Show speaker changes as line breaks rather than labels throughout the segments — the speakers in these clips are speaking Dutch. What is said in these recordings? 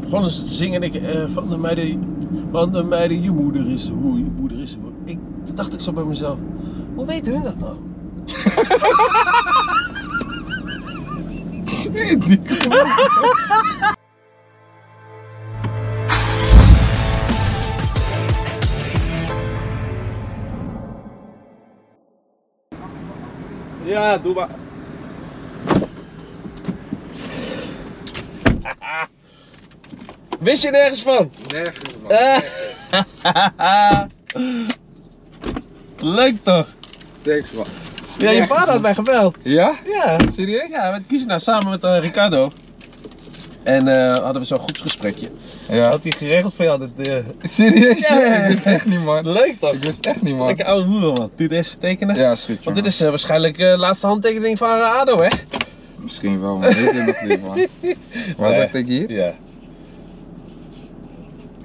begonnen ze te zingen en ik, eh, van de meiden, van de meiden, je moeder is de hoe, je moeder is de hoe. Ik, toen dacht ik zo bij mezelf, hoe weten hun dat nou? Ja, doe maar. Wist je nergens van?
Nergens man.
Eh.
Nergens.
Leuk toch?
Thanks man.
Ja, je
Nergens,
vader had
man.
mij gebeld.
Ja?
Ja.
Serieus?
Ja, we kiezen nou samen met eh, Ricardo. En eh, hadden we zo'n groepsgesprekje.
Ja.
Had hij geregeld voor jou? Dat, eh,
Serieus?
Ja.
Ja. Ik wist echt niet man.
Leuk toch?
Ik wist echt niet
Lekker
man.
oude hoeren man. Doe het eerst tekenen.
Ja, is goed
Want
jongen.
dit is eh, waarschijnlijk de laatste handtekening van eh, Ado hè?
Misschien wel man. Weet je nog niet man. Waar
Nee.
zat ik hier?
Ja.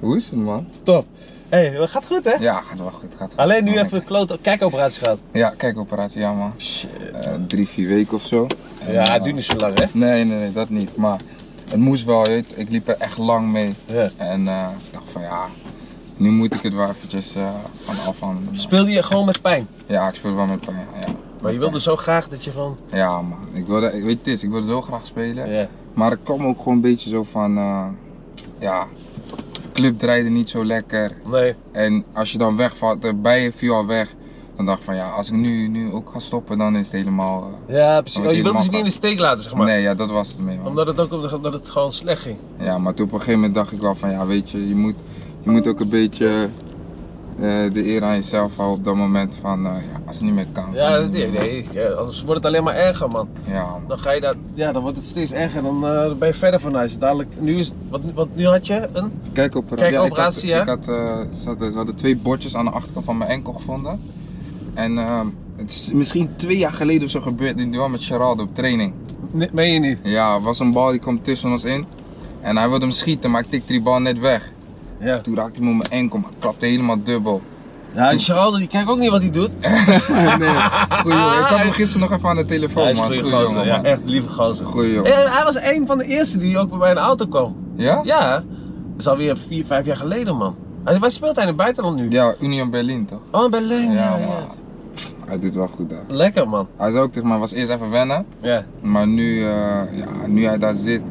Hoe is het man?
Top. Hé, hey, gaat goed hè?
Ja, gaat wel goed. Gaat wel
Alleen
goed,
nu
man.
even een klote kijkoperatie gehad.
Ja, kijk operatie, ja man.
Shit.
Eh, drie, vier weken of zo. En,
Ja, het
eh,
duurt niet zo lang hè?
Nee, nee, nee, dat niet. Maar het moest wel, je weet, ik liep er echt lang mee.
Ja.
En eh, ik dacht van ja, nu moet ik het wel eventjes eh, van afhandelen. man.
Speelde je gewoon met pijn.
Ja, ik speel wel met pijn. Ja,
Maar je wilde zo graag dat je gewoon.
Ja man, ik wilde, ik weet het is, ik wilde zo graag spelen.
Ja.
Maar ik kwam ook gewoon een beetje zo van, eh, ja, club draaide niet zo lekker.
Nee.
En als je dan wegvalt, de bijen viel al weg. Dan dacht ik van ja, als ik nu, nu ook ga stoppen, dan is het helemaal... eh,
Ja, precies.
Maar
Oh, je
die
wilde ze
man-
niet in de steek laten, zeg maar.
Nee, ja, dat was het mee man.
Omdat het ook om de- omdat het gewoon slecht ging.
Ja, maar toen op een gegeven moment dacht ik wel van ja, weet je, je moet, je moet ook een beetje eh, de eer aan jezelf houden op dat moment van eh, ja, als het niet meer kan.
Ja,
kan
dat,
het
nee,
niet meer.
nee, ja, anders wordt het alleen maar erger, man.
Ja, man.
Dan ga je dat, ja, dan wordt het steeds erger. Dan eh, ben je verder van huis. Dadelijk, nu is, wat, wat nu had je een?
Kijk op
Kijk, operatie,
ja,
hè?
ik had, ik had, eh, ze, hadden, ze hadden twee bordjes aan de achterkant van mijn enkel gevonden. En ehm, het is misschien twee jaar geleden of zo gebeurd in duel met Geraldo op training.
Nee, meen je niet?
Ja, er was een bal die kwam tussen ons in. En hij wilde hem schieten, maar ik tikte die bal net weg.
Ja.
Toen raakte hij me op mijn enkel, maar ik klapte helemaal dubbel.
Ja, die Geraldo, die kijkt ook niet wat hij doet.
Oh, nee, goeie jongen. Ik had hem gisteren nog even aan de telefoon,
hij is
man.
een goede
Goeie jongen,
gozer. Ja,
man.
echt lieve gozer.
Goeie jongen.
En hij was een van de eerste die ook bij mij in de auto kwam.
Ja?
Ja, dat is alweer vier, vijf jaar geleden, man. Hij, waar speelt hij in het buitenland nu?
Ja, Union Berlin toch?
Oh, in Berlijn. Ja,
Ja,
ja,
man. Hij doet wel goed daar.
Lekker, man.
Hij zei ook tegen mij, was eerst even wennen.
Ja,
Maar nu, eh, ja, nu hij daar zit,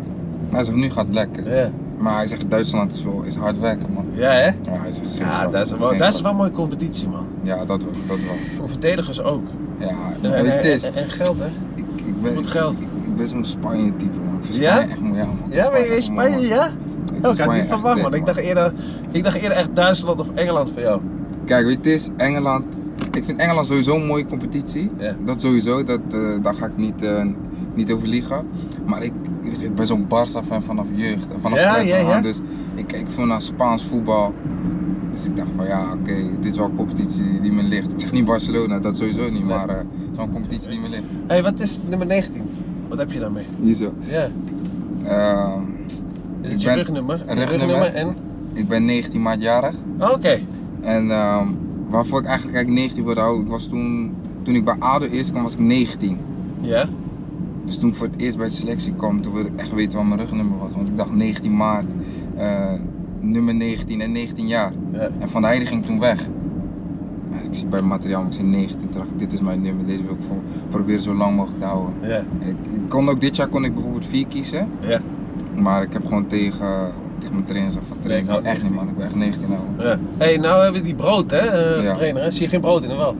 hij zegt nu gaat het lekker.
ja.
Maar hij zegt Duitsland is, wel, is hard werken man.
Ja, hè?
Ja, hij zegt geen
Ja,
grap,
dat is
geen
wel, dat
grap.
is wel een mooie competitie, man.
Ja, dat wel, dat wel.
Voor verdedigers ook.
Ja,
En,
weet je,
en-
het is,
en- en geld, hè?
ik, ik ben,
goed
ik-
geld.
Ik, ik ben zo'n Spanje type man. Ik vind
Ja?
Spanje echt mooi, ja man. Ik vind
Ja, maar
echt
in
mooi,
Spanje,
man.
ja?
Ik vind
Oh, ik had
Spanje
niet
echt
van wacht,
dik,
man. Ik dacht, eerder, ik dacht eerder echt Duitsland of Engeland voor jou.
Kijk, weet je, het is Engeland. Ik vind Engeland sowieso een mooie competitie.
Ja.
Dat sowieso, dat, eh, daar ga ik niet, eh, niet over liegen. Maar ik, ik ben zo'n Barça-fan vanaf jeugd. en Vanaf
Ja,
kleins af
ja,
aan.
ja.
Dus ik kijk veel naar Spaans voetbal. Dus ik dacht van ja, oké, dit is wel een competitie die me ligt. Ik zeg niet Barcelona, dat sowieso niet.
Nee.
Maar eh, zo'n competitie die me ligt.
Hé, hey, wat is nummer 19? Wat heb je daarmee?
Hierzo.
Ja.
Ehm,
Is
Ik
het je
ben-
rugnummer?
een rugnummer.
en?
ik ben 19 maart jarig.
Oh, Oké.
En ehm, waarvoor ik eigenlijk eigenlijk 19 wilde houden, ik was toen, toen ik bij ADO eerst kwam, was ik 19.
Ja.
Dus toen ik voor het eerst bij de selectie kwam, toen wilde ik echt weten wat mijn rugnummer was. Want ik dacht 19 maart, eh, nummer 19 en 19 jaar.
Ja.
En Van der Heijden ging toen weg. En ik zie bij het materiaal, maar ik zie 19. Toen dacht ik, dit is mijn nummer, deze wil ik voor, proberen zo lang mogelijk te houden.
Ja.
Ik, ik kon ook dit jaar kon ik bijvoorbeeld 4 kiezen.
Ja.
Maar ik heb gewoon tegen, tegen mijn trainer gezegd van trainer,
Nee,
ik
ik
wil
hou
echt niet man, ik wil echt 19 houden.
Hé, hey, nou hebben we die brood, hè, eh,
Ja.
trainer. Hè? Zie je geen brood in, of wel?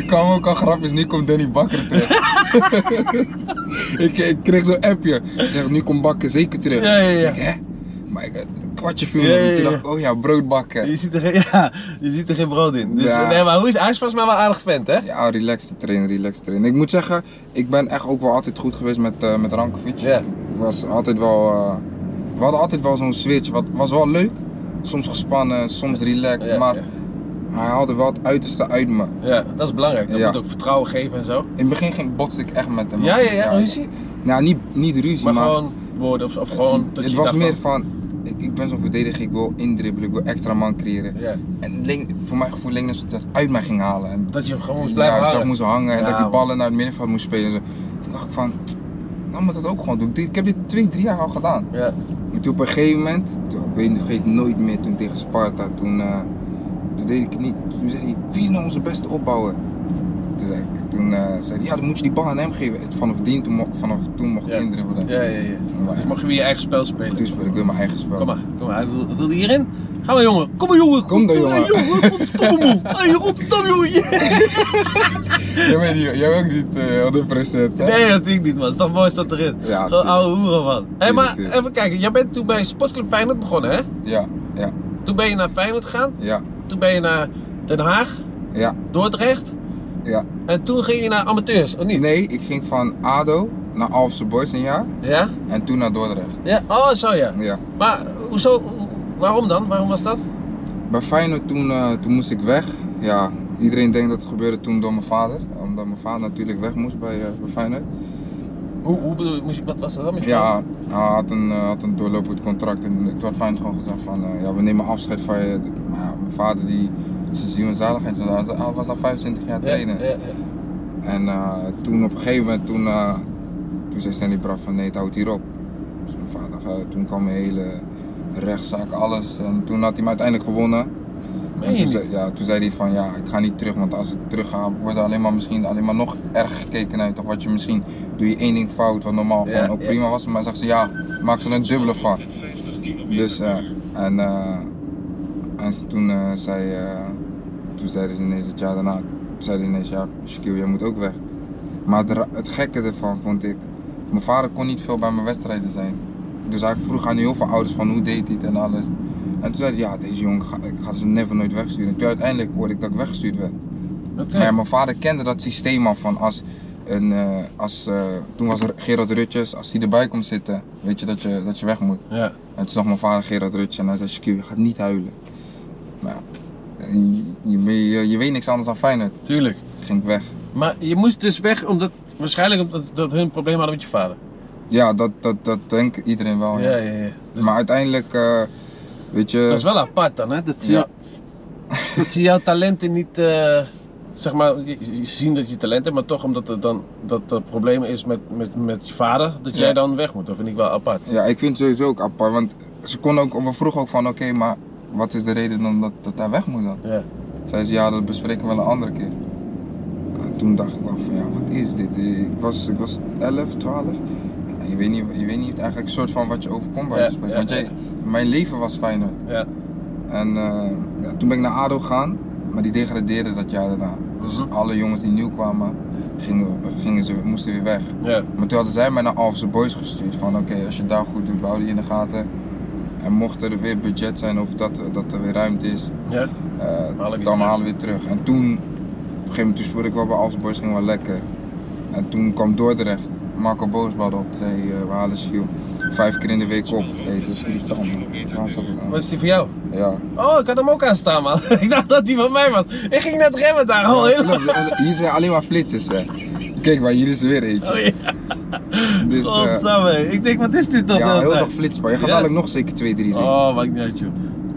Ik kwam ook al grapjes, nu komt Danny Bakker terug. ik, ik kreeg zo'n appje. Ze zegt, nu komt Bakker zeker terug.
Ja, ja, ja.
Ik, hè? Maar ik, een kwartje viel
Ja,
nog
ja,
niet. Toen
ja.
dacht ik, oh ja, broodbakker.
Je ziet er geen, ja, je ziet er geen brood in. Dus,
Ja.
Nee, maar hoe is, hij is volgens mij wel aardig vent, hè?
Ja, relax te trainen, relax te trainen. Ik moet zeggen, ik ben echt ook wel altijd goed geweest met, eh met Rankovic.
Ja.
Ik was altijd wel... eh, we hadden altijd wel zo'n switch. Wat was wel leuk. Soms gespannen, soms relaxed.
Ja,
maar
ja.
hij haalde wel het uiterste uit me.
Ja, dat is belangrijk. Dat
Ja.
moet ook vertrouwen geven en zo.
In het begin ging botste ik echt met hem.
Ja, ja, ja, ruzie.
Nou, niet, niet ruzie,
Maar,
maar Eh,
gewoon woorden of, of gewoon. dat
het
je
was
dacht
meer
van-
van, ik, ik ben zo'n verdediger, ik wil indribbelen, ik wil extra man creëren.
Ja,
En het leek- voor mijn gevoel leek het alsof ik dat uit mij ging halen. En
dat je gewoon moest
ja,
blijven
dat ik
hangen.
moest Dus hangen en
Ja,
dat ik die
man.
ballen naar het middenveld moest spelen. Toen dacht ik van, dan moet ik dat ook gewoon doen. Ik heb dit twee, drie jaar al gedaan.
Ja.
En toen op een gegeven moment, toen- ik weet, ik vergeet nooit meer, toen tegen Sparta, toen, eh, toen deed ik het niet. Toen zei hij, wie is nou onze beste opbouwer? Toen, zei, ik, toen eh, zei hij, ja dan moet je die bal aan hem geven. En vanaf, die, toen, mo- vanaf toen mocht ik
Ja.
indribbelen.
Ja, ja, ja.
Maar
Dus mag je weer je eigen spel
ja,
spelen.
toen speelde ik weer mijn eigen spel.
Kom maar, kom maar. Hij wil, wil hij hierin? Ga maar, jongen. Kom maar, jongen.
Kom dan,
Hey,
jongen.
jongen. Rotterdam, man. Hey, Rotterdam, jongen. Yeah.
Jij, weet niet, jij ook niet eh 100% hè?
Nee, dat denk ik niet, man. Is toch mooi is dat erin?
Ja,
Gewoon oude hoeren, man. Hé, hey, maar
Tuurlijk,
even kijken. Jij bent toen bij Sportclub Feyenoord begonnen, hè?
Ja, ja,
Toen ben je naar Feyenoord gegaan.
ja,
Toen ben je naar Den Haag,
ja,
Dordrecht.
ja.
En toen ging je naar amateurs, of niet?
Nee, ik ging van ADO naar Alpse Boys een jaar
Ja?
en toen naar Dordrecht.
Ja? Oh, zo ja.
Ja.
Maar hoezo? Waarom dan? Waarom was dat?
Bij Feyenoord toen, eh, toen moest ik weg. Ja, iedereen denkt dat het gebeurde toen door mijn vader. Omdat mijn vader natuurlijk weg moest bij, eh, bij Feyenoord.
Hoe, hoe bedoel je, moest je- wat was dat dan met je vader?
Ja, hij had een, eh, had een doorlopend contract en toen had Feyenoord gewoon gezegd van eh, ja, we nemen afscheid van je. Maar ja, mijn vader die zijn ziel en zaligheid, hij was al 25 jaar trainen.
Ja, ja,
En eh, toen op een gegeven moment, toen, eh, toen zei Stanley Braff van nee, het houdt hier op. Dus mijn vader, eh, toen kwam mijn hele rechtszaak, alles. En toen had hij me uiteindelijk gewonnen.
Meen
En
je
toen,
niet?
zei, ja, dus, toen zei hij van ja, ik ga niet terug, want als ik terug ga, wordt er alleen maar misschien alleen maar nog erg gekeken uit. Of wat je misschien, doe je één ding fout, wat normaal
Ja,
gewoon ook
ja.
prima was. Maar zag ze ja, maak ze er een dubbele van. Dus, eh, en, eh, en ze- toen eh, zei, eh, toen zeiden ze ineens het jaar daarna, toen zeiden ze ineens ja, Shaquille, jij moet ook weg. Maar het, ra- het gekke ervan vond ik, mijn vader kon niet veel bij mijn wedstrijden zijn. Dus hij vroeg aan heel veel ouders van hoe deed hij het en alles. En toen zei hij, ja, deze jongen, ga, ik ga ze never nooit wegsturen. En toen uiteindelijk hoorde ik dat ik weggestuurd werd.
Oké.
eh, Maar ja, mijn vader kende dat systeem al van als, een, eh, als eh, toen was er Gerard Rutjes, als hij erbij komt zitten, weet je dat je, dat je weg moet.
Ja.
En toen zag mijn vader Gerard Rutjes en hij zei, Shaquille, je gaat niet huilen. Maar ja, eh, je, je, je, je weet niks anders dan Feyenoord.
Tuurlijk.
Ging ik weg.
Maar je moest dus weg omdat, waarschijnlijk omdat dat hun een probleem hadden met je vader.
Ja, dat, dat, dat denkt iedereen wel. Oh, Ja. Eh,
ja, ja. ja. Dus
maar uiteindelijk, eh, weet je...
dat is wel apart dan, hè? Dat ze,
Ja.
dat ze jouw talenten niet, eh, zeg maar, je- je- ze zien dat je talent hebt, maar toch omdat er dan dat er probleem is met, met, met je vader, dat jij
Ja.
dan weg moet. Dat vind ik wel apart.
Ja, ik vind het sowieso ook apart, want ze kon ook, we vroegen ook van oké, maar wat is de reden dan dat, dat hij weg moet dan?
Ja.
Zei ze ja, dat bespreken we wel een andere keer. En toen dacht ik wel van ja, wat is dit? Ik was, ik was 11, 12. Ja, je, weet niet, je weet niet eigenlijk soort van wat je overkomt bij
Ja,
het gesprek.
ja,
dus, want jij,
ja.
mijn leven was fijner.
Ja.
En eh, ja, toen ben ik naar ADO gegaan, maar die degradeerden dat jaar daarna. Dus
Mhm.
alle jongens die nieuw kwamen, gingen, gingen ze, moesten weer weg.
Ja.
Maar toen hadden zij mij naar Alphense Boys gestuurd. Van oké, als je daar goed doet, we houden je in de gaten. En mocht er weer budget zijn of dat, dat er weer ruimte is,
Ja.
eh,
weer
dan
terug.
halen we weer terug. En toen, op een gegeven moment, toen speelde ik wel bij Alphense Boys, ging wel lekker. En toen kwam Dordrecht, Marco Boos belde op, zei eh, we halen Schiel. Vijf keer in de week op. Hé, hey, dat is irritant man. Waarom staat dat aan?
Wat is die voor jou?
Ja.
Oh, ik had hem ook aan staan, man. ik dacht dat die van mij was. Ik ging net remmen daar al Oh,
Ja,
heel lang.
klopt. Hier zijn alleen maar flitsers hè. Kijk maar, hier is er weer eentje.
Oh, ja.
Dus eh,
Godsamme. Ik denk, wat is dit toch? de
ja,
hele
heel
tijd?
nog flitsbaar. Je gaat
nou? Ja.
dadelijk nog zeker 2-3 zien.
Oh, maakt niet uit, joh.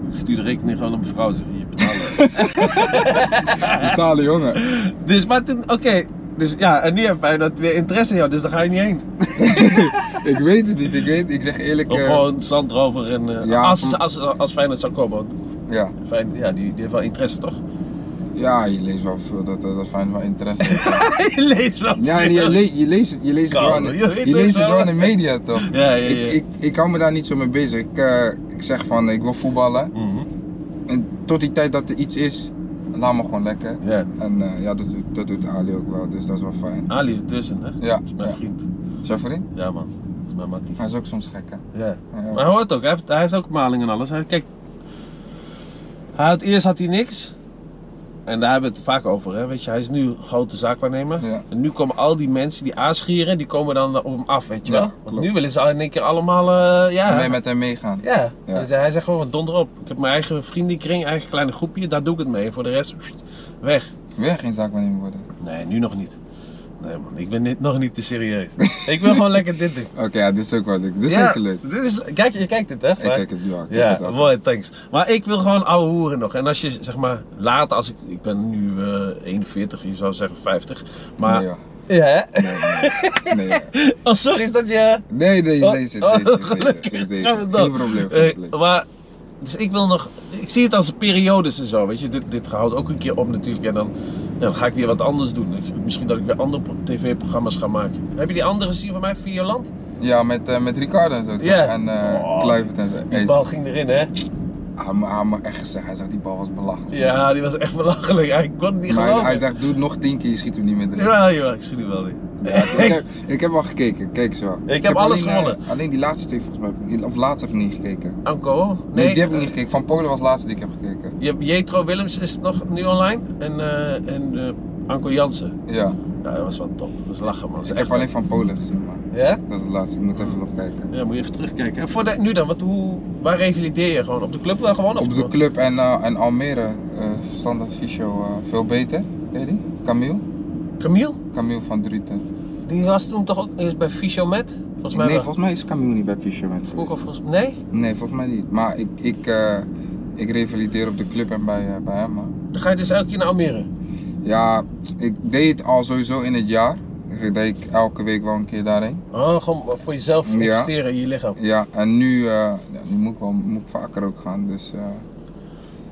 Ik Stuur de rekening gewoon op mevrouw, zeg je betalen.
Betalen jongen.
dus, maar toen, oké. Dus ja, en nu heb jij dat weer interesse in jou, dus daar ga je niet heen.
Ik weet het niet, ik weet Ik zeg eerlijk.
Of
eh,
gewoon zandrover en... eh,
Ja,
als,
van-
als, als, Feyenoord zou komen, want
ja.
Feyenoord, ja, die, die heeft wel interesse, toch?
ja, je leest wel veel dat, dat, dat fijn wel interesse heeft.
je leest wel
Ja, en
veel.
je, le- je leest, het- je leest het wel in,
Kalm, je weet
je leest
het
het wel in
wel.
de media toch?
Ja, ja, ja.
Ik, ik, ik hou me daar niet zo mee bezig. Ik, eh, ik zeg van ik wil voetballen.
Mhm.
En tot die tijd dat er iets is, laat me gewoon lekker.
Ja.
En eh, ja, dat, doet- dat doet Ali ook wel, dus dat is wel fijn.
Ali is tussen, hè?
Ja,
Dat is mijn
ja.
vriend.
Is jouw vriend?
Ja, man. Dat is mijn mattie.
Hij is ook soms gek hè?
Ja.
Ja.
Maar hij hoort ook, hij heeft, hij heeft ook maling en alles. Hij, kijk, hij had, eerst had hij niks. En daar hebben we het vaak over, hè? weet je. Hij is nu grote zaakwaarnemer.
Ja.
En nu komen al die mensen die aanschieren, die komen dan op hem af, weet je
Ja,
wel. Want
klopt.
nu willen ze al in één keer allemaal, eh, ja.
Mee met hem meegaan.
ja.
Ja.
Dus hij zegt gewoon, donder op. Ik heb mijn eigen vriendenkring, eigen kleine groepje, daar doe ik het mee. Voor de rest, pssst, weg.
Weer geen zaak meer worden.
Nee, nu nog niet. Nee man, ik ben dit nog niet te serieus. ik wil gewoon lekker dit doen.
Oké, ja, dit is ook wel leuk. Dit is ook leuk.
Dit is, kijk, je kijkt dit hè?
Ik kijk het, ja. ik kijk
Ja,
het altijd.
mooi, thanks. Maar ik wil gewoon ouwe hoeren nog. En als je zeg maar later, als ik, ik ben nu eh 41, je zou zeggen 50. Maar
Nee, joh.
Ja, hè?
Nee, nee, nee.
Oh, sorry, is dat je...
Nee, deze,
Oh,
deze, is
oh,
deze, is deze,
gelukkig,
is deze.
zijn we
Geen
dan.
probleem, geen
Eh,
probleem.
maar, dus ik wil nog... Ik zie het als periodes en zo, weet je. Dit, dit houdt ook een keer op natuurlijk. En dan, ja, dan ga ik weer wat anders doen. Ik- Misschien dat ik weer andere pro- tv-programma's ga maken. Heb je die andere gezien van mij, Vierland?
Ja, met, eh, met Ricardo en zo. toch?
Ja.
En eh
Oh.
Kluivert en zo.
Die
Hey,
bal ging erin, hè?
hij, ma- hij mag echt gezegd, hij zegt die bal was belachelijk.
Ja, die was echt belachelijk. Hij kon het niet
maar hij,
geloven.
hij zegt, doe het nog tien keer, je schiet hem niet meer erin.
Jawel, jawel, ik schiet hem wel niet.
Ja, ik, heb, ik heb al gekeken, kijk zo. Ik,
heb alles
alleen, eh,
gewonnen.
alleen die laatste twee volgens mij, heb ik niet- of laatste heb ik niet gekeken.
Anko?
Nee, die heb ik niet gekeken. Van Polen was de laatste die ik heb gekeken.
Je hebt Jetro Willems is nog nu online en, eh, en eh, Anko Jansen.
Ja,
Ja, dat was wel top. Dat was lachen man.
dus ik heb alleen van Polen gezien, maar
Ja?
dat is de laatste. Ik moet even nog kijken.
Ja, moet je even terugkijken. En voor de, nu dan, wat, hoe, waar revalideer je gewoon? Op de club dan gewoon? of-
Op de club en, eh, en Almere, eh standaard fysio, eh, veel beter. Ken je die? Camille?
Camille?
Camille van Druten.
Die was toen toch ook eerst bij Fysiomet? Volgens mij
nee,
wel.
volgens mij is Camille niet bij fysio met
Vroeger volgens mij. Nee?
Nee, volgens mij niet. Maar ik, ik, eh, ik revalideer op de club en bij, eh, bij hem. man.
Dan ga je dus elke keer naar Almere.
Ja, ik deed het al sowieso in het jaar. Ik deed ik elke week wel een keer daarheen.
Oh, gewoon voor jezelf
Ja.
investeren in je lichaam.
Ja, en nu, eh, ja, nu moet, ik wel, moet ik vaker ook gaan. Dus eh,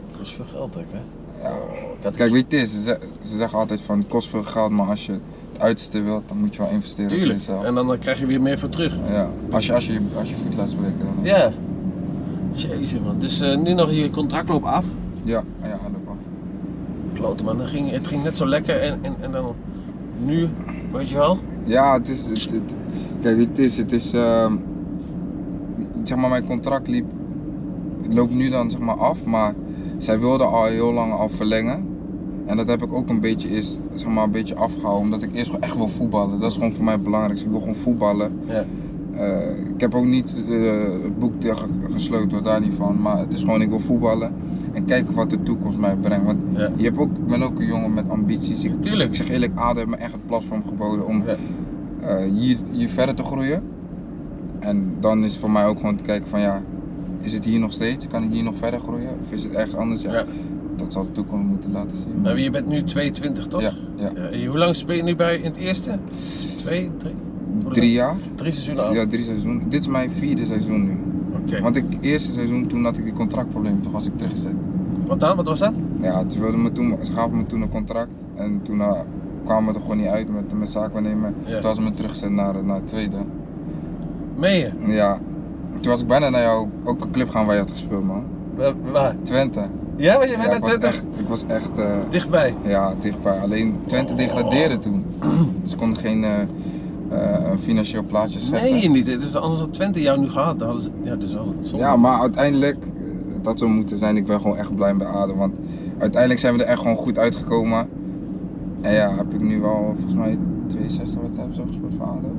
Dat kost veel geld ook, hè?
ja.
Ik had-
Kijk, weet je, het is? ze, ze- ze zeggen altijd van het kost veel geld, maar als je het uiterste wilt, dan moet je wel investeren in
Tuurlijk.
jezelf.
En dan eh, krijg je weer meer voor terug.
Ja, als je, als je, als je voet laat spreken. Dan...
Ja. Jezus man. Dus eh, nu nog je contract loopt af.
Ja, ja, dat wel.
Klote man, dan ging, het ging net zo lekker en, en, en dan nu, weet je wel.
Ja, het is. Het, het- kijk, weet je, het is. Het is ehm, zeg maar, mijn contract liep. Het loopt nu dan zeg maar af, maar zij wilden al heel lang al verlengen. En dat heb ik ook een beetje, eerst, zeg maar, een beetje afgehouden, omdat ik eerst gewoon echt wil voetballen. Dat is gewoon voor mij het belangrijkste. Ik wil gewoon voetballen.
Ja.
Eh, ik heb ook niet eh, het boek dicht ge- gesloten, hoor, daar niet van. Maar het is gewoon, ik wil voetballen en kijken wat de toekomst mij brengt. Want
Ja.
je hebt ook, ik ben ook een jongen met ambities. Ik,
Tuurlijk.
ik zeg eerlijk, ADO heeft me echt het platform geboden om
Ja.
eh, hier, hier verder te groeien. En dan is het voor mij ook gewoon te kijken van ja, is het hier nog steeds? Kan ik hier nog verder groeien? Of is het ergens anders? Ja,
Ja.
dat zal de toekomst moeten laten zien.
Maar je bent nu 22 toch?
Ja, ja.
en hoe lang speel je nu bij in het eerste? Twee, drie,
Drie jaar?
drie seizoenen al?
Ja, drie seizoenen. Dit is mijn vierde seizoen nu.
Oké.
Want ik, eerste seizoen, toen had ik die contractprobleem, toen was ik teruggezet.
Wat dan? Wat was dat?
Ja, ze, wilden me toen, ze gaven me toen een contract en toen eh, kwamen we er gewoon niet uit met mijn zaakwaarnemer.
Ja.
Toen was ze me teruggezet naar, naar het tweede.
Meen je?
Ja, toen was ik bijna naar jou ook een club gaan waar je had gespeeld man.
Wa- Waar?
Twente.
Ja, was je bent
Ja,
naar
ik, was
20?
echt, ik was echt eh,
Dichtbij.
ja, dichtbij. Alleen Twente
Oh.
degradeerde toen. Ze konden geen eh, eh, financieel plaatje zetten.
Meen je niet? Het is anders dan 20 jaar nu gehad. Dan hadden ze, ja, dat is wel zonde.
Ja, maar uiteindelijk, eh, dat zou moeten zijn. Ik ben gewoon echt blij bij ADO. Want uiteindelijk zijn we er echt gewoon goed uitgekomen. En ja, heb ik nu wel volgens mij 62 wedstrijden zo gespeeld voor ADO.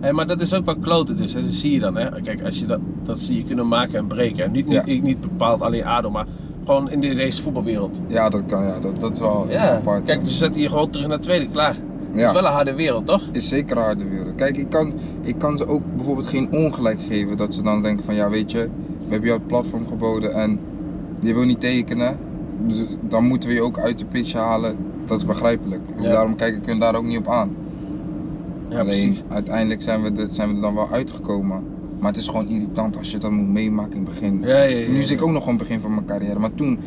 Hé, maar dat is ook wel kloten dus. Hè. Dat zie je dan. Hè. Kijk, als je dat, dat zie je kunnen maken en breken. En niet, niet,
Ja.
ik, niet bepaald alleen ADO, maar gewoon in de- deze voetbalwereld.
Ja, dat kan. Ja, dat, dat is wel iets
Ja.
apart. eh,
Kijk, dus zet je gewoon terug naar tweede. Klaar. Dat is
ja,
wel een harde wereld, toch?
is zeker een harde wereld. Kijk, ik kan, ik kan ze ook bijvoorbeeld geen ongelijk geven. Dat ze dan denken van, ja weet je, we hebben jou het platform geboden en je wil niet tekenen. Dus dan moeten we je ook uit de pitch halen. Dat is begrijpelijk. En
Ja.
daarom kijk ik hun daar ook niet op aan.
Ja,
Alleen
precies.
uiteindelijk zijn we, er- zijn we er dan wel uitgekomen. Maar het is gewoon irritant als je dat moet meemaken in het begin.
Ja, ja, ja, ja.
Nu zit ik ook nog aan het begin van mijn carrière. Maar toen,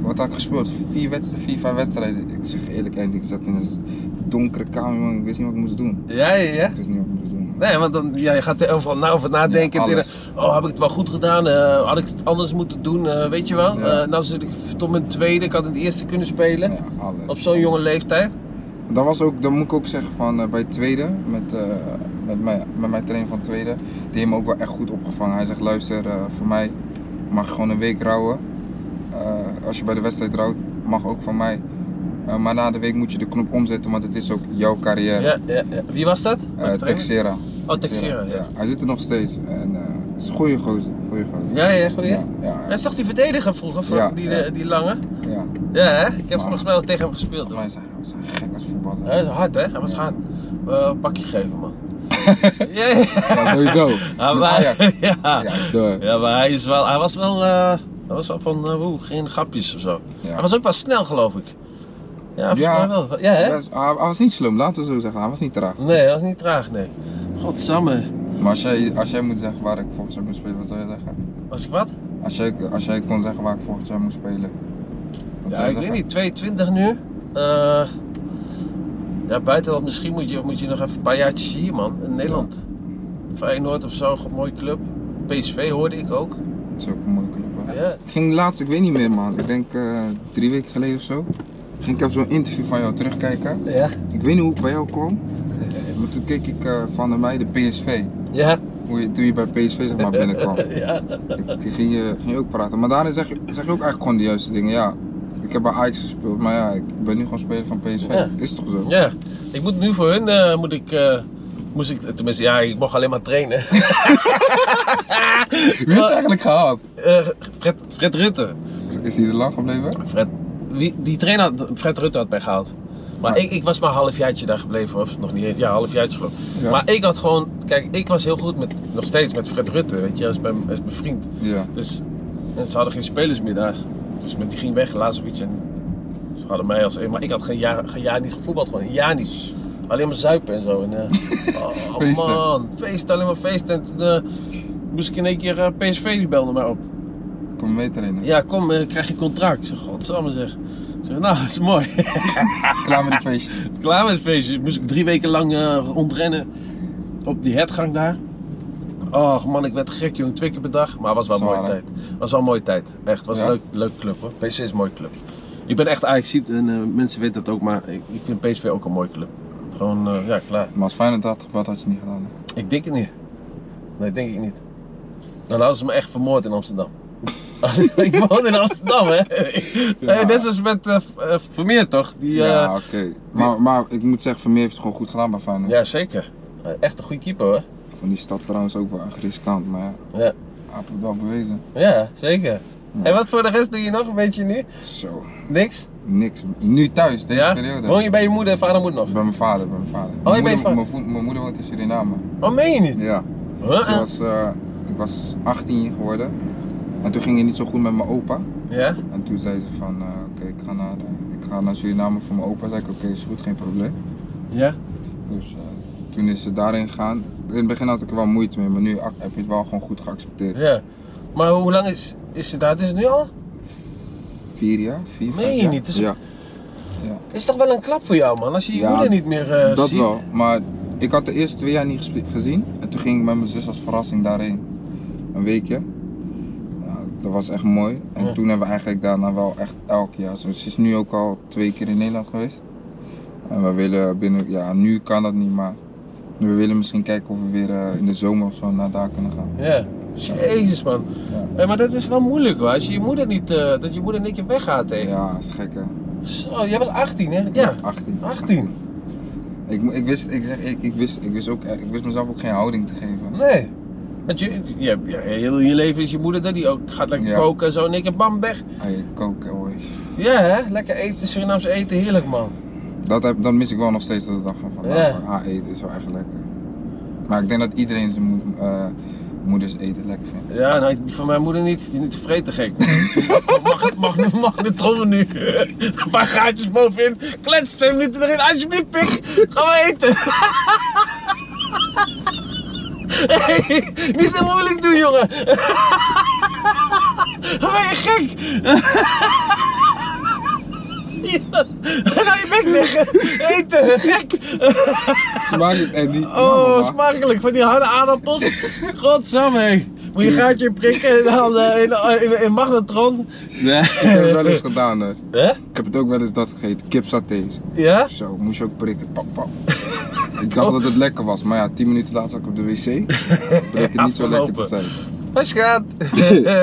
wat had ik gespeeld? Vier wedstrijden, vier, vijf wedstrijden. Ik zeg eerlijk, en ik zat in een donkere kamer, man. Ik wist niet wat ik moest doen.
Ja, ja, ja.
Ik wist niet wat ik moest doen. man.
Nee, want dan, ja, je gaat er overal na over nadenken.
Ja,
en
alles.
denken, oh, heb ik het wel goed gedaan? Eh, had ik het anders moeten doen? Eh, weet je wel?
Ja.
Eh, nou zit ik tot mijn tweede. Ik had in het eerste kunnen spelen.
Ja, alles.
Op zo'n jonge leeftijd.
Dat was ook, dat moet ik ook zeggen van eh, bij tweede, met, eh, met, mijn, met mijn trainer van tweede, die heeft me ook wel echt goed opgevangen. Hij zegt, luister, eh, voor mij mag je gewoon een week rouwen. Eh, als je bij de wedstrijd rouwt, mag ook van mij. Eh, maar na de week moet je de knop omzetten, want het is ook jouw
Ja,
carrière.
ja, ja. Wie was dat?
Eh, Texera.
Oh, Texera, ja.
ja. Hij zit er nog steeds. En eh, het is een goede gozer. Goeie gozer.
Ja, ja, goed. Ja.
ja,
Hij
ja,
is toch die verdediger vroeger, van
Ja,
die,
ja.
eh, die lange?
ja.
Ja, hè? Ik heb
Maar-
volgens mij wel tegen hem gespeeld.
Volgens
hoor.
mij zijn we zijn gek als
Hij
voetballer.
is hard, hè? Hij was
Ja.
hard. Eh, een pakje geven, man. ja, ja.
Ja, sowieso.
Ah,
Met
maar-
Ajax.
ja.
Ja, door.
Ja, maar hij, is wel, hij was wel, eh, hij was wel van, eh, oeh, geen grapjes of zo.
Ja.
Hij was ook wel snel, geloof ik. Ja, volgens
Ja.
mij wel. Ja, hè?
Best- hij, hij was niet slim, laten we zo zeggen. Hij was niet traag.
Nee, dat is niet traag, nee. Godsamme.
Maar als jij, als jij moet zeggen waar ik volgens jaar moet spelen, wat zou je zeggen?
Was ik wat?
Als jij, als jij kon zeggen waar ik volgend jaar moet spelen.
Ja,
Wat zou je
ik weet
zeggen?
niet. 22 nu. Eh ja, buitenland misschien moet je, moet je nog even een paar jaartjes hier, man. In Nederland. Feyenoord of zo, een mooie club. PSV hoorde ik ook.
Dat is ook een mooie club. hè?
Ja.
Ik ging laatst, ik weet niet meer man, ik denk eh, drie weken geleden of zo. Ging ik even zo'n interview van jou terugkijken.
Ja.
Ik weet niet hoe ik bij jou kwam, maar toen keek ik eh, van de mij de PSV.
Ja.
Hoe je, toen je bij PSV zeg maar binnenkwam.
Ja.
Die ging je, ging je ook praten. Maar daarin zeg, je- zeg je ook eigenlijk gewoon de juiste dingen. Ja, ik heb bij Ajax gespeeld, maar ja, ik ben nu gewoon speler van PSV.
Ja.
Is toch zo?
Ja. Ik moet nu voor hun, eh, moet ik... eh, moest ik, tenminste, ja, ik mocht alleen maar trainen.
Wie heeft het eigenlijk gehaald?
Eh, Fred, Fred Rutte.
Is, is die er lang gebleven?
Fred, wie, die trainer, had- Fred Rutte had mij gehaald. Maar
Ja.
ik, ik was maar een halfjaartje daar gebleven, of nog niet eens. Ja, een halfjaartje geloof ik.
Ja.
Maar ik had gewoon, kijk, ik was heel goed met, nog steeds met Fred Rutte, weet je, als mijn, hij is mijn vriend.
Ja.
Dus, en ze hadden geen spelers meer daar. Dus met die ging weg, Lazovic en ze hadden mij als, maar ik had geen jaar, geen jaar niet gevoetbald, gewoon een jaar niet. Alleen maar zuipen en zo. En, eh, oh
Feesten.
man, feest, alleen maar feest. En toen eh, moest ik in één keer, eh, PSV die belde mij op.
Ik kom mee trainen.
Ja, kom, eh, krijg je contract. Ik zeg, godsamme zeg. Ik zeg, nou, dat is mooi.
Klaar met die feestje.
Klaar met het feestje. Moest ik drie weken lang eh, ontrennen op die hertgang daar. Och man, ik werd gek jong. Twee keer per dag. Maar het was wel een mooie
Zwaar, hè?
tijd. was wel een mooie tijd. Echt, was
Ja?
een leuk, leuk club hoor. PSV is een mooie club. Ik ben echt ajax en eh, mensen weten dat ook, maar ik, ik vind PSV ook een mooie club. Gewoon, eh, ja klaar.
Maar als Feyenoord had gebeld, had je het niet gedaan. hè?
Ik denk het niet. Nee, denk ik niet. Nou, Dan hadden ze me echt vermoord in Amsterdam. ik woon in Amsterdam, hè? Hey, net als met eh, F- eh, Vermeer, toch? Die, eh,
Ja, oké. Maar, maar ik moet zeggen, Vermeer heeft het gewoon goed gedaan bij Feyenoord.
ja, zeker. Eh, Echt een goede keeper, hoor.
Van die stad trouwens ook wel echt riskant, maar ja,
Ja,
hij heeft het wel bewezen.
ja zeker.
Ja.
En wat voor de rest doe je nog een beetje nu?
Zo,
Niks?
niks. Nu thuis, deze
Ja?
periode.
Woon je bij je moeder en vader moet nog?
Bij mijn vader, bij mijn vader.
bij je
mijn,
vader.
moeder, mijn, vo- mijn moeder woont in Suriname.
Oh, meen je niet?
Ja.
Huh?
Ze was, eh, ik was 18 geworden. En toen ging het niet zo goed met mijn opa.
Ja?
En toen zei ze van, eh, oké, ik, ga naar, eh, ik ga naar Suriname voor mijn opa. Zei ik, oké, is goed, geen probleem.
Ja?
Dus eh, toen is ze daarin gegaan. In het begin had ik er wel moeite mee, maar nu ac- heb je het wel gewoon goed geaccepteerd.
Ja. Maar hoe lang is, is het daar? Het Is het nu al?
Vier jaar, vier,
Meen
vijf
je
jaar.
niet? Dat is-
Ja,
Is toch wel een klap voor jou, man? Als je je
Ja,
moeder niet meer eh,
dat
ziet.
wel. Maar ik had de eerste twee jaar niet gespe- gezien. En toen ging ik met mijn zus als verrassing daarheen. Een weekje. Ja, dat was echt mooi. En
Ja.
toen hebben we eigenlijk daarna wel echt elk jaar. Zo, ze is nu ook al twee keer in Nederland geweest. En we willen binnen, ja, nu kan dat niet, maar we willen misschien kijken of we weer eh, in de zomer of zo naar daar kunnen gaan.
Ja. Jezus, man.
Ja.
Hé, maar dat is wel moeilijk, hoor. Als je je moeder niet, eh, dat je moeder niet keer weggaat tegen.
Ja, is gek hè.
Zo, jij was 18, hè? Ja.
18.
18.
Ik, mo- ik, wist, ik, zeg, ik, ik, wist, ik, wist ook, eh, ik wist mezelf ook geen houding te geven.
Nee. Want je, je, hebt- ja, heel je leven is je moeder dat die ook gaat lekker
Ja.
koken en zo. En ik heb bam weg.
Hey, koken eh, hoor.
Ja, hè? Lekker eten, Surinaamse eten, heerlijk, man.
Dat, heb, dat mis ik wel nog steeds tot de dag van vandaag.
Ja.
Haar eten is wel echt lekker. Maar ik denk dat iedereen zijn moed- eh, moeders eten lekker vindt.
Ja, nou, die van mijn moeder niet. Die is niet tevreden, gek. mag, mag, mag, mag de trommel nu? Een paar gaatjes bovenin. Klets, twee minuten erin. Alsjeblieft, pik. Gaan we eten. hey, niet zo moeilijk doen, jongen. ben je gek? Ja, Ga je bek liggen. Eten, gek.
Smaakt het en niet?
Oh,
Ja, mama.
smakelijk, van die harde aardappels. Godsamme, hé. Moet je een gaatje prikken en dan eh, in, in, in magnetron. Nee.
Ik heb het wel eens gedaan hè.
Hè?
Ik heb het ook wel eens dat gegeten. Kipsatés.
Ja?
Zo, moest je ook prikken. Pap, pap. ik dacht dat
Oh.
het lekker was, maar ja, 10 minuten later zat ik op de wc. Het bleek het niet zo lekker te
Afgelopen.
zijn.
Wat gaat?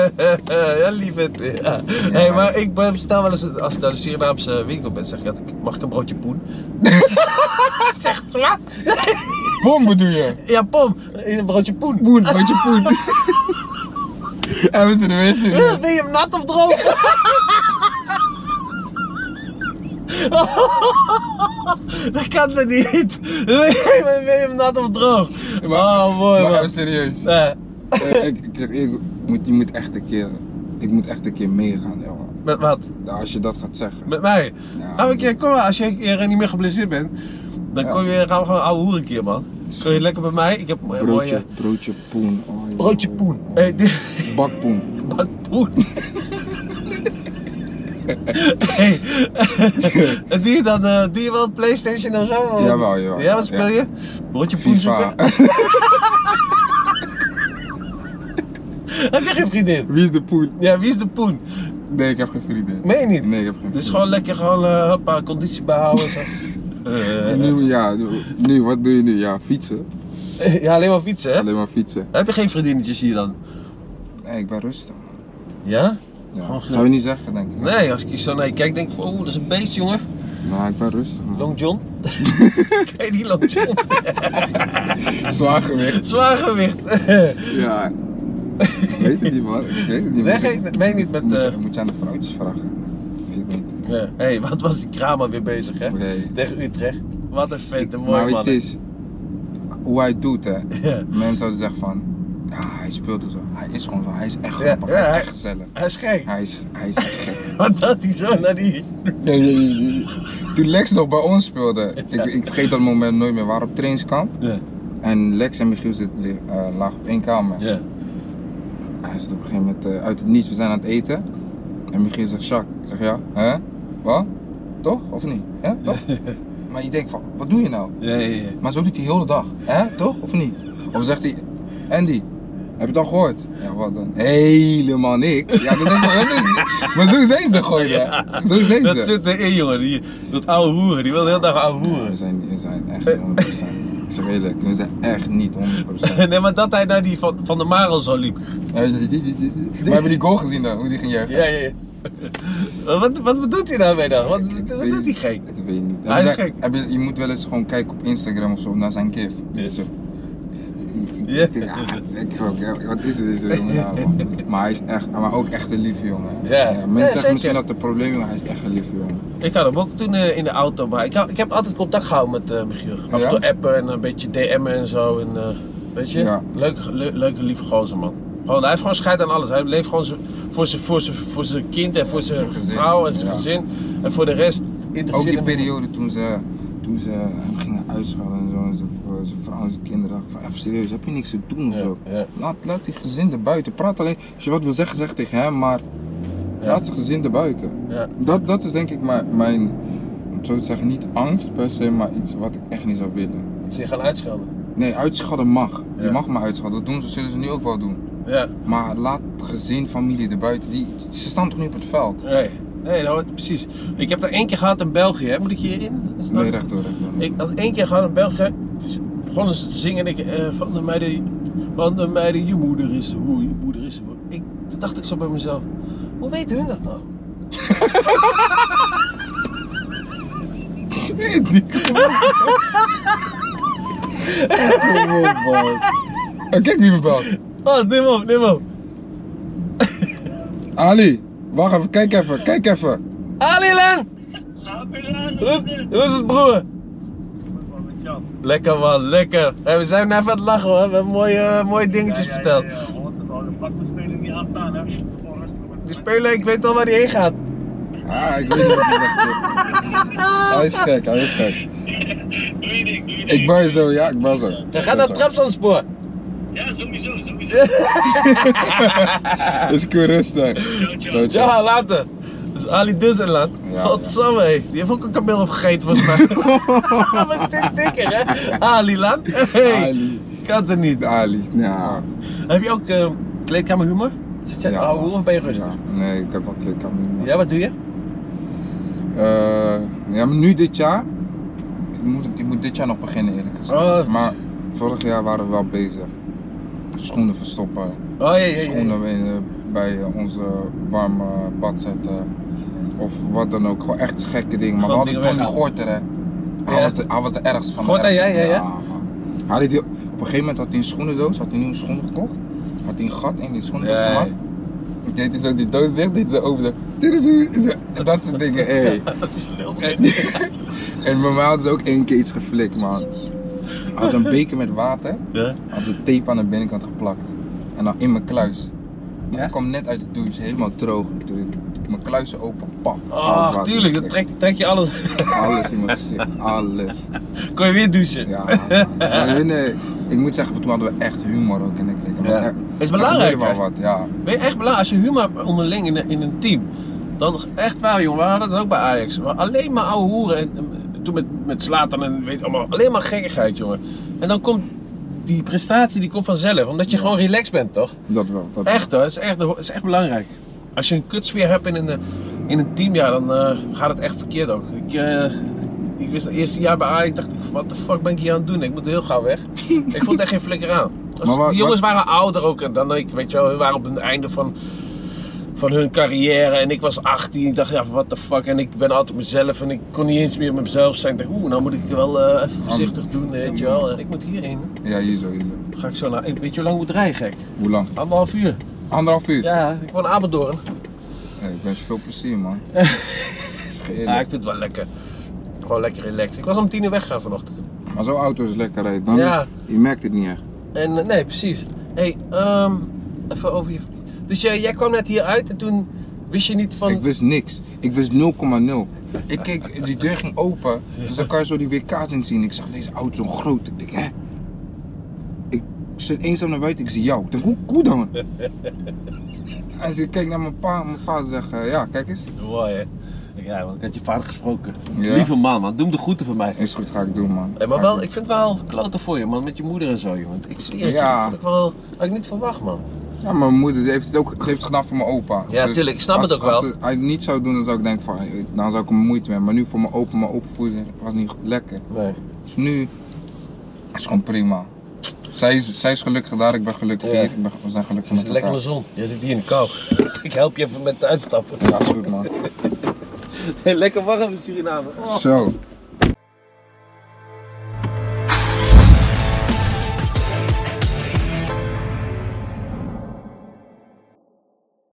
ja, lief het. Ja. hey, maar ik ben- bestel wel eens, als ik naar de Surinaamse winkel ben, zeg ik, dat ik, mag ik een broodje poen? Zegt ze wat?
Bom bedoel je?
Ja, pom, een broodje poen.
Poen, wat je poen. en we zijn de wc. in.
Eh, Wil je hem nat of droog? Dat kan toch niet? Wil je, wil je hem nat of droog?
Maar-
oh, mooi
Maar
man.
even serieus.
Eh,
Eh, ik, ik zeg, ik moet, je moet echt een keer, ik moet echt een keer meegaan, joh.
Met wat?
Nou, als je dat gaat zeggen.
Met Nou, mij?
Ja,
Gaan we een keer, kom maar, als je een keer niet meer geblesseerd bent, dan
Ja.
kom je, gaan we gewoon ouwe hoeren een keer, man. Kun je lekker bij mij? Ik heb een
broodje,
mooie...
broodje poen. Oh, joh.
Broodje poen. Eh, Hey, dit-
Bakpoen.
Bak poen. hey, doe je dan eh, doe je wel een Playstation of zo?
Jawel, jawel.
Ja, wat speel je? Broodje poen
FIFA.
zoeken? Heb je geen vriendin?
Wie is de poen?
Ja, wie is de poen?
Nee, ik heb geen vriendin.
Meen je niet?
Nee, ik heb geen
Dus
vriendin.
gewoon lekker gewoon, eh, hoppa, conditie behouden. zo. Eh,
Nu, ja, nu- nu, wat doe je nu? Ja, fietsen.
eh, ja, alleen maar fietsen, hè?
Alleen maar fietsen.
Heb je geen vriendinnetjes hier dan?
Nee, ik ben rustig. man.
Ja?
Ja.
Gewoon
Zou je niet zeggen, denk ik.
Nee, als ik hier zo naar je kijk, denk ik van, oeh, dat is een beest, jongen.
Nou, ik ben rustig. man.
Long John. Ken je die Long John?
Zwaar gewicht.
Zwaar gewicht.
Ja. Ik weet het niet, man. Ik weet het niet.
Nee,
Moet ik-
geen- nee, niet met...
Moet,
eh,
je, moet je aan de vrouwtjes vragen? Ik weet niet.
Ja. Hé, hey, wat was die Kramer weer bezig, hè?
Nee.
Tegen Utrecht. Wat een vent, een
maar
mooi man.
het is hoe hij het doet, hè.
Ja.
Mensen zouden zeggen van, ja, hij speelt of zo. Hij is gewoon zo. Hij is echt
Ja,
grappig.
ja,
hij is
hij-
echt gezellig.
Hij is gek.
Hij is, hij is echt gek.
Wat dat hij zo naar die...
Ja, ja, ja, ja. Toen Lex nog bij ons speelde, ik, ik vergeet dat moment nooit meer. We waren op trainingskamp
Ja.
en Lex en Michiel zitten, li- eh, lagen op één kamer.
Ja.
Hij is op een gegeven moment eh, uit het niets, we zijn aan het eten. En Michiel zegt, Jacques. Ik zeg, ja, hè? Wat? Toch? Of niet? Hè? Toch? maar je denkt van, wat doe je nou?
Ja, ja, ja.
Maar zo doet hij heel de dag. Hè? Toch? Of niet? Of zegt hij, Andy, heb je het al gehoord? Ja, wat dan? Helemaal niks. Ja, dat denk ik wel. wat is- Maar zo zijn ze gewoon, ja. Zo zijn
Dat
ze.
zit erin, jongen. Die, dat oude hoeren. Die wil de hele dag oude
Ja, we,
hoeren.
zijn, we zijn echt niet 100%. Ik zeg eerlijk, we zijn echt niet 100%. Ja,
Nee, maar dat hij naar die van, van de Marel zo liep.
Maar hebben we die goal gezien dan? Hoe die ging juichen?
Ja, ja, ja. Wat, wat, wat doet hij daarmee dan? Wat,
Ik
wat
weet
doet hij
niet.
gek?
Ik weet niet.
Hij
Heb
is
je-
gek.
heb je, je moet wel eens gewoon kijken op Instagram of zo naar zijn gif.
Ja.
Zo.
Ja.
Ja. ik ook, ja, wat is deze jongen nou, man? Maar hij is echt, maar ook echt een lieve jongen.
Ja. Ja,
mensen
zeker.
zeggen misschien dat het een probleem is, maar hij is echt een lieve jongen.
Ik had hem ook toen eh, in de auto, maar ik, hou- ik heb altijd contact gehouden met eh, Michiel. Af en
Ja?
toe appen en een beetje DM'en en zo. En, eh, weet je,
Ja.
leuke, le- leuke, lieve gozer man. Gewoon, hij heeft gewoon scheid aan alles. Hij leeft gewoon zo- voor zijn voor zijn- voor zijn kind en voor zijn
Zijn gezin,
vrouw en zijn
ja.
gezin. En voor de rest
Ook
interesseert
die
hem-
periode toen ze, toen ze hem gingen uitschalen en zo, en zijn v- zijn vrouw en zijn kinderen dachten van, even serieus, heb je niks te doen of
Ja,
zo?
ja.
Laat, laat die gezin erbuiten. Praat alleen, als je wat wil zeggen, zeg tegen hem, maar
Ja.
laat zijn gezin erbuiten.
Ja.
Dat, dat is denk ik mijn, mijn, om het zo te zeggen, niet angst per se, maar iets wat ik echt niet zou willen.
Dat ze je gaan uitschelden.
Nee, uitschadden mag.
Ja.
Je mag maar uitschadden. Dat doen ze, zullen ze nu ook wel doen.
Ja,
Maar laat gezin, familie erbuiten. Die, ze staan toch niet op het veld?
nee. Nee, nou, precies. Ik heb er één keer gehad in België, hè. Moet ik hierin? Is dat-
Nee, rechtdoor, rechtdoor.
Ik had één keer gehad in België, zei- ze- dus begonnen ze te zingen en ik, eh, van de meiden, van de meiden, je moeder is de hoe, je moeder is de hoe. Ik, toen dacht ik zo bij mezelf, hoe weten hun dat nou?
Die kom op, man. Eh, Kijk wie me belt.
Oh, neem op, neem op.
Ali, wacht even, kijk even, kijk even.
Ali Len, hoe, is- hoe is het broer? Lekker man, lekker. Hé, we zijn even aan het lachen hoor, we hebben mooie, eh, mooie dingetjes verteld. Die speler, ik weet al waar die heen gaat.
Ah, ik weet niet wat hij zegt. joh.
Oh.
Hij is gek, hij is gek.
Doe je ding, doe je ding.
Ik ben zo, ja, ik ben zo.
Hij gaat naar het trapsandspoor.
Ja, sowieso, sowieso.
Is ik weer rustig.
Ciao, ciao.
Ciao, ciao.
Ja, later. Dus Ali Duzenland.
Ja,
Godsamme, hé. Die heeft ook een kameel opgegeten volgens mij. Wat is dit dikker, hè? Ali Lan. Hey,
Ali,
kan er niet.
Ali, ja.
Heb je ook eh, kleedkamerhumor? Zit je
Ja.
ja. of ben je rustig?
Ja, nee, ik heb wel
Ja.
klik
wat doe je?
Eh, ja, maar nu dit jaar. Ik moet, ik moet dit jaar nog beginnen, eerlijk gezegd.
Oh.
Maar vorig jaar waren we wel bezig. Schoenen verstoppen.
Oh, ja, ja, ja.
schoenen bij, bij eh, onze warme bad zetten. Of wat dan ook. Gewoon echt gekke dingen. Maar we
Gewoon
hadden
dingen
Tony Gorter, hè. Hij,
Ja.
was de, hij was de ergste van
Gorter,
de ergste.
ja, ja, ja.
man. Hij had die- op een gegeven moment had hij een schoenendoos, had hij nieuwe schoenen gekocht. Had hij een gat in die schoenendoos
Ja, ja.
gemaakt. Ik deed hij zo die doos dicht, deed hij zo open. zo, tududu, zo. En dat soort dingen, hé. En, en bij mij hadden ze ook één keer iets geflikt, man. Als een beker met water,
Ja.
had ze tape aan de binnenkant geplakt. En dan in mijn kluis. Maar
Ja?
Ik kwam net uit de douche, helemaal droog. Ik doe dit, ik mijn kluizen open, pap.
Ach,
Koud
Ah, tuurlijk, dat
water.
trek, trek je alles.
Alles in mijn gezicht, alles.
Kon je weer douchen.
Ja, man. Maar hun, eh, ik moet zeggen, toen hadden we echt humor ook in de klik.
Ja. Is belangrijk,
wel
hè?
wat, ja.
Weet je, echt belangrijk, als je humor hebt onderling in, een- in een team, dan echt waar jongen, we hadden dat ook bij Ajax. We- Alleen maar ouwe hoeren en, en toen met, met Slatan en weet je allemaal, alleen maar gekkigheid jongen. En dan komt die prestatie die komt vanzelf, omdat je
Ja.
gewoon relaxed bent toch?
Dat wel, dat wel.
Echt hoor, het is echt, het is echt belangrijk. Als je een kutsfeer hebt in een, eh, in een team, ja, dan eh, gaat het echt verkeerd ook. Ik, eh, ik wist het eerste jaar bij Ajax, dacht ik, wat de fuck ben ik hier aan het doen? Ik moet heel gauw weg. ik vond echt geen flikker aan. Als-
Maar wat-
die jongens waren ouder ook en dan ik, weet je wel, hun waren op het einde van, van hun carrière en ik was 18. Ik dacht, ja, wat de fuck. En ik ben altijd mezelf en ik kon niet eens meer mezelf zijn. Ik dacht, oeh, nou moet ik wel eh, even voorzichtig doen, weet je wel. En ik moet hierheen.
Ja, hier zo, hier zo.
Dan ga ik zo naar, weet je hoe lang moet rijden, gek?
Hoe lang?
Anderhalf uur.
Anderhalf uur?
Ja, ik woon in Apeldoorn.
Hey, ik wens je veel plezier, man. zeg je
Ja,
eerlijk.
ik vind het wel lekker. Gewoon lekker relaxed. Ik was om tien uur weggaan vanochtend.
Maar zo'n auto is lekker rijden. Dan
Ja.
Je merkt het niet echt.
En eh, nee, precies. hey, ehm, even over je... Dus jij, jij kwam net hier uit en toen wist je niet
Ik
van...
wist niks. Ik wist 0,0. Ik keek, die deur ging open, dus dan kan je zo die WK's in zien. Ik zag deze auto zo groot. Ik denk, hè? Ik zit eenzaam naar buiten, ik zie jou. Ik denk, hoe, hoe dan? En ze kijkt naar mijn pa, mijn vader zegt, eh, ja, kijk eens.
Mooi, hè? Ja, want ik had je vader gesproken.
Ja.
Lieve man, man. Doe hem de groeten van mij.
Is goed, ga ik doen, man.
Hey, maar
Ga
wel,
ik
ik vind het wel kloten voor je, man. Met je moeder en zo, jongen. Ik zie het.
Ja.
Dat vond ik wel... Had ik niet verwacht, man.
doen. Ja, mijn moeder die heeft het ook heeft het gedaan voor mijn opa. Dus
Ja, tuurlijk, ik snap
als-
het ook wel.
als ze- Als hij het niet zou doen, dan zou ik denken van, eh, dan zou ik er moeite mee. hebben. Maar nu voor mijn opa, mijn opa voelde was niet lekker.
Nee.
Dus nu is gewoon prima. Zij is, zij is gelukkig daar, ik ben gelukkig
Ja.
hier. Ik ben, we zijn gelukkig
Je
met
zit lekker in
elkaar.
de zon. Jij zit hier in de kou. ik help je even met het uitstappen.
Ja, is goed man.
lekker warm in Suriname. Oh.
Zo,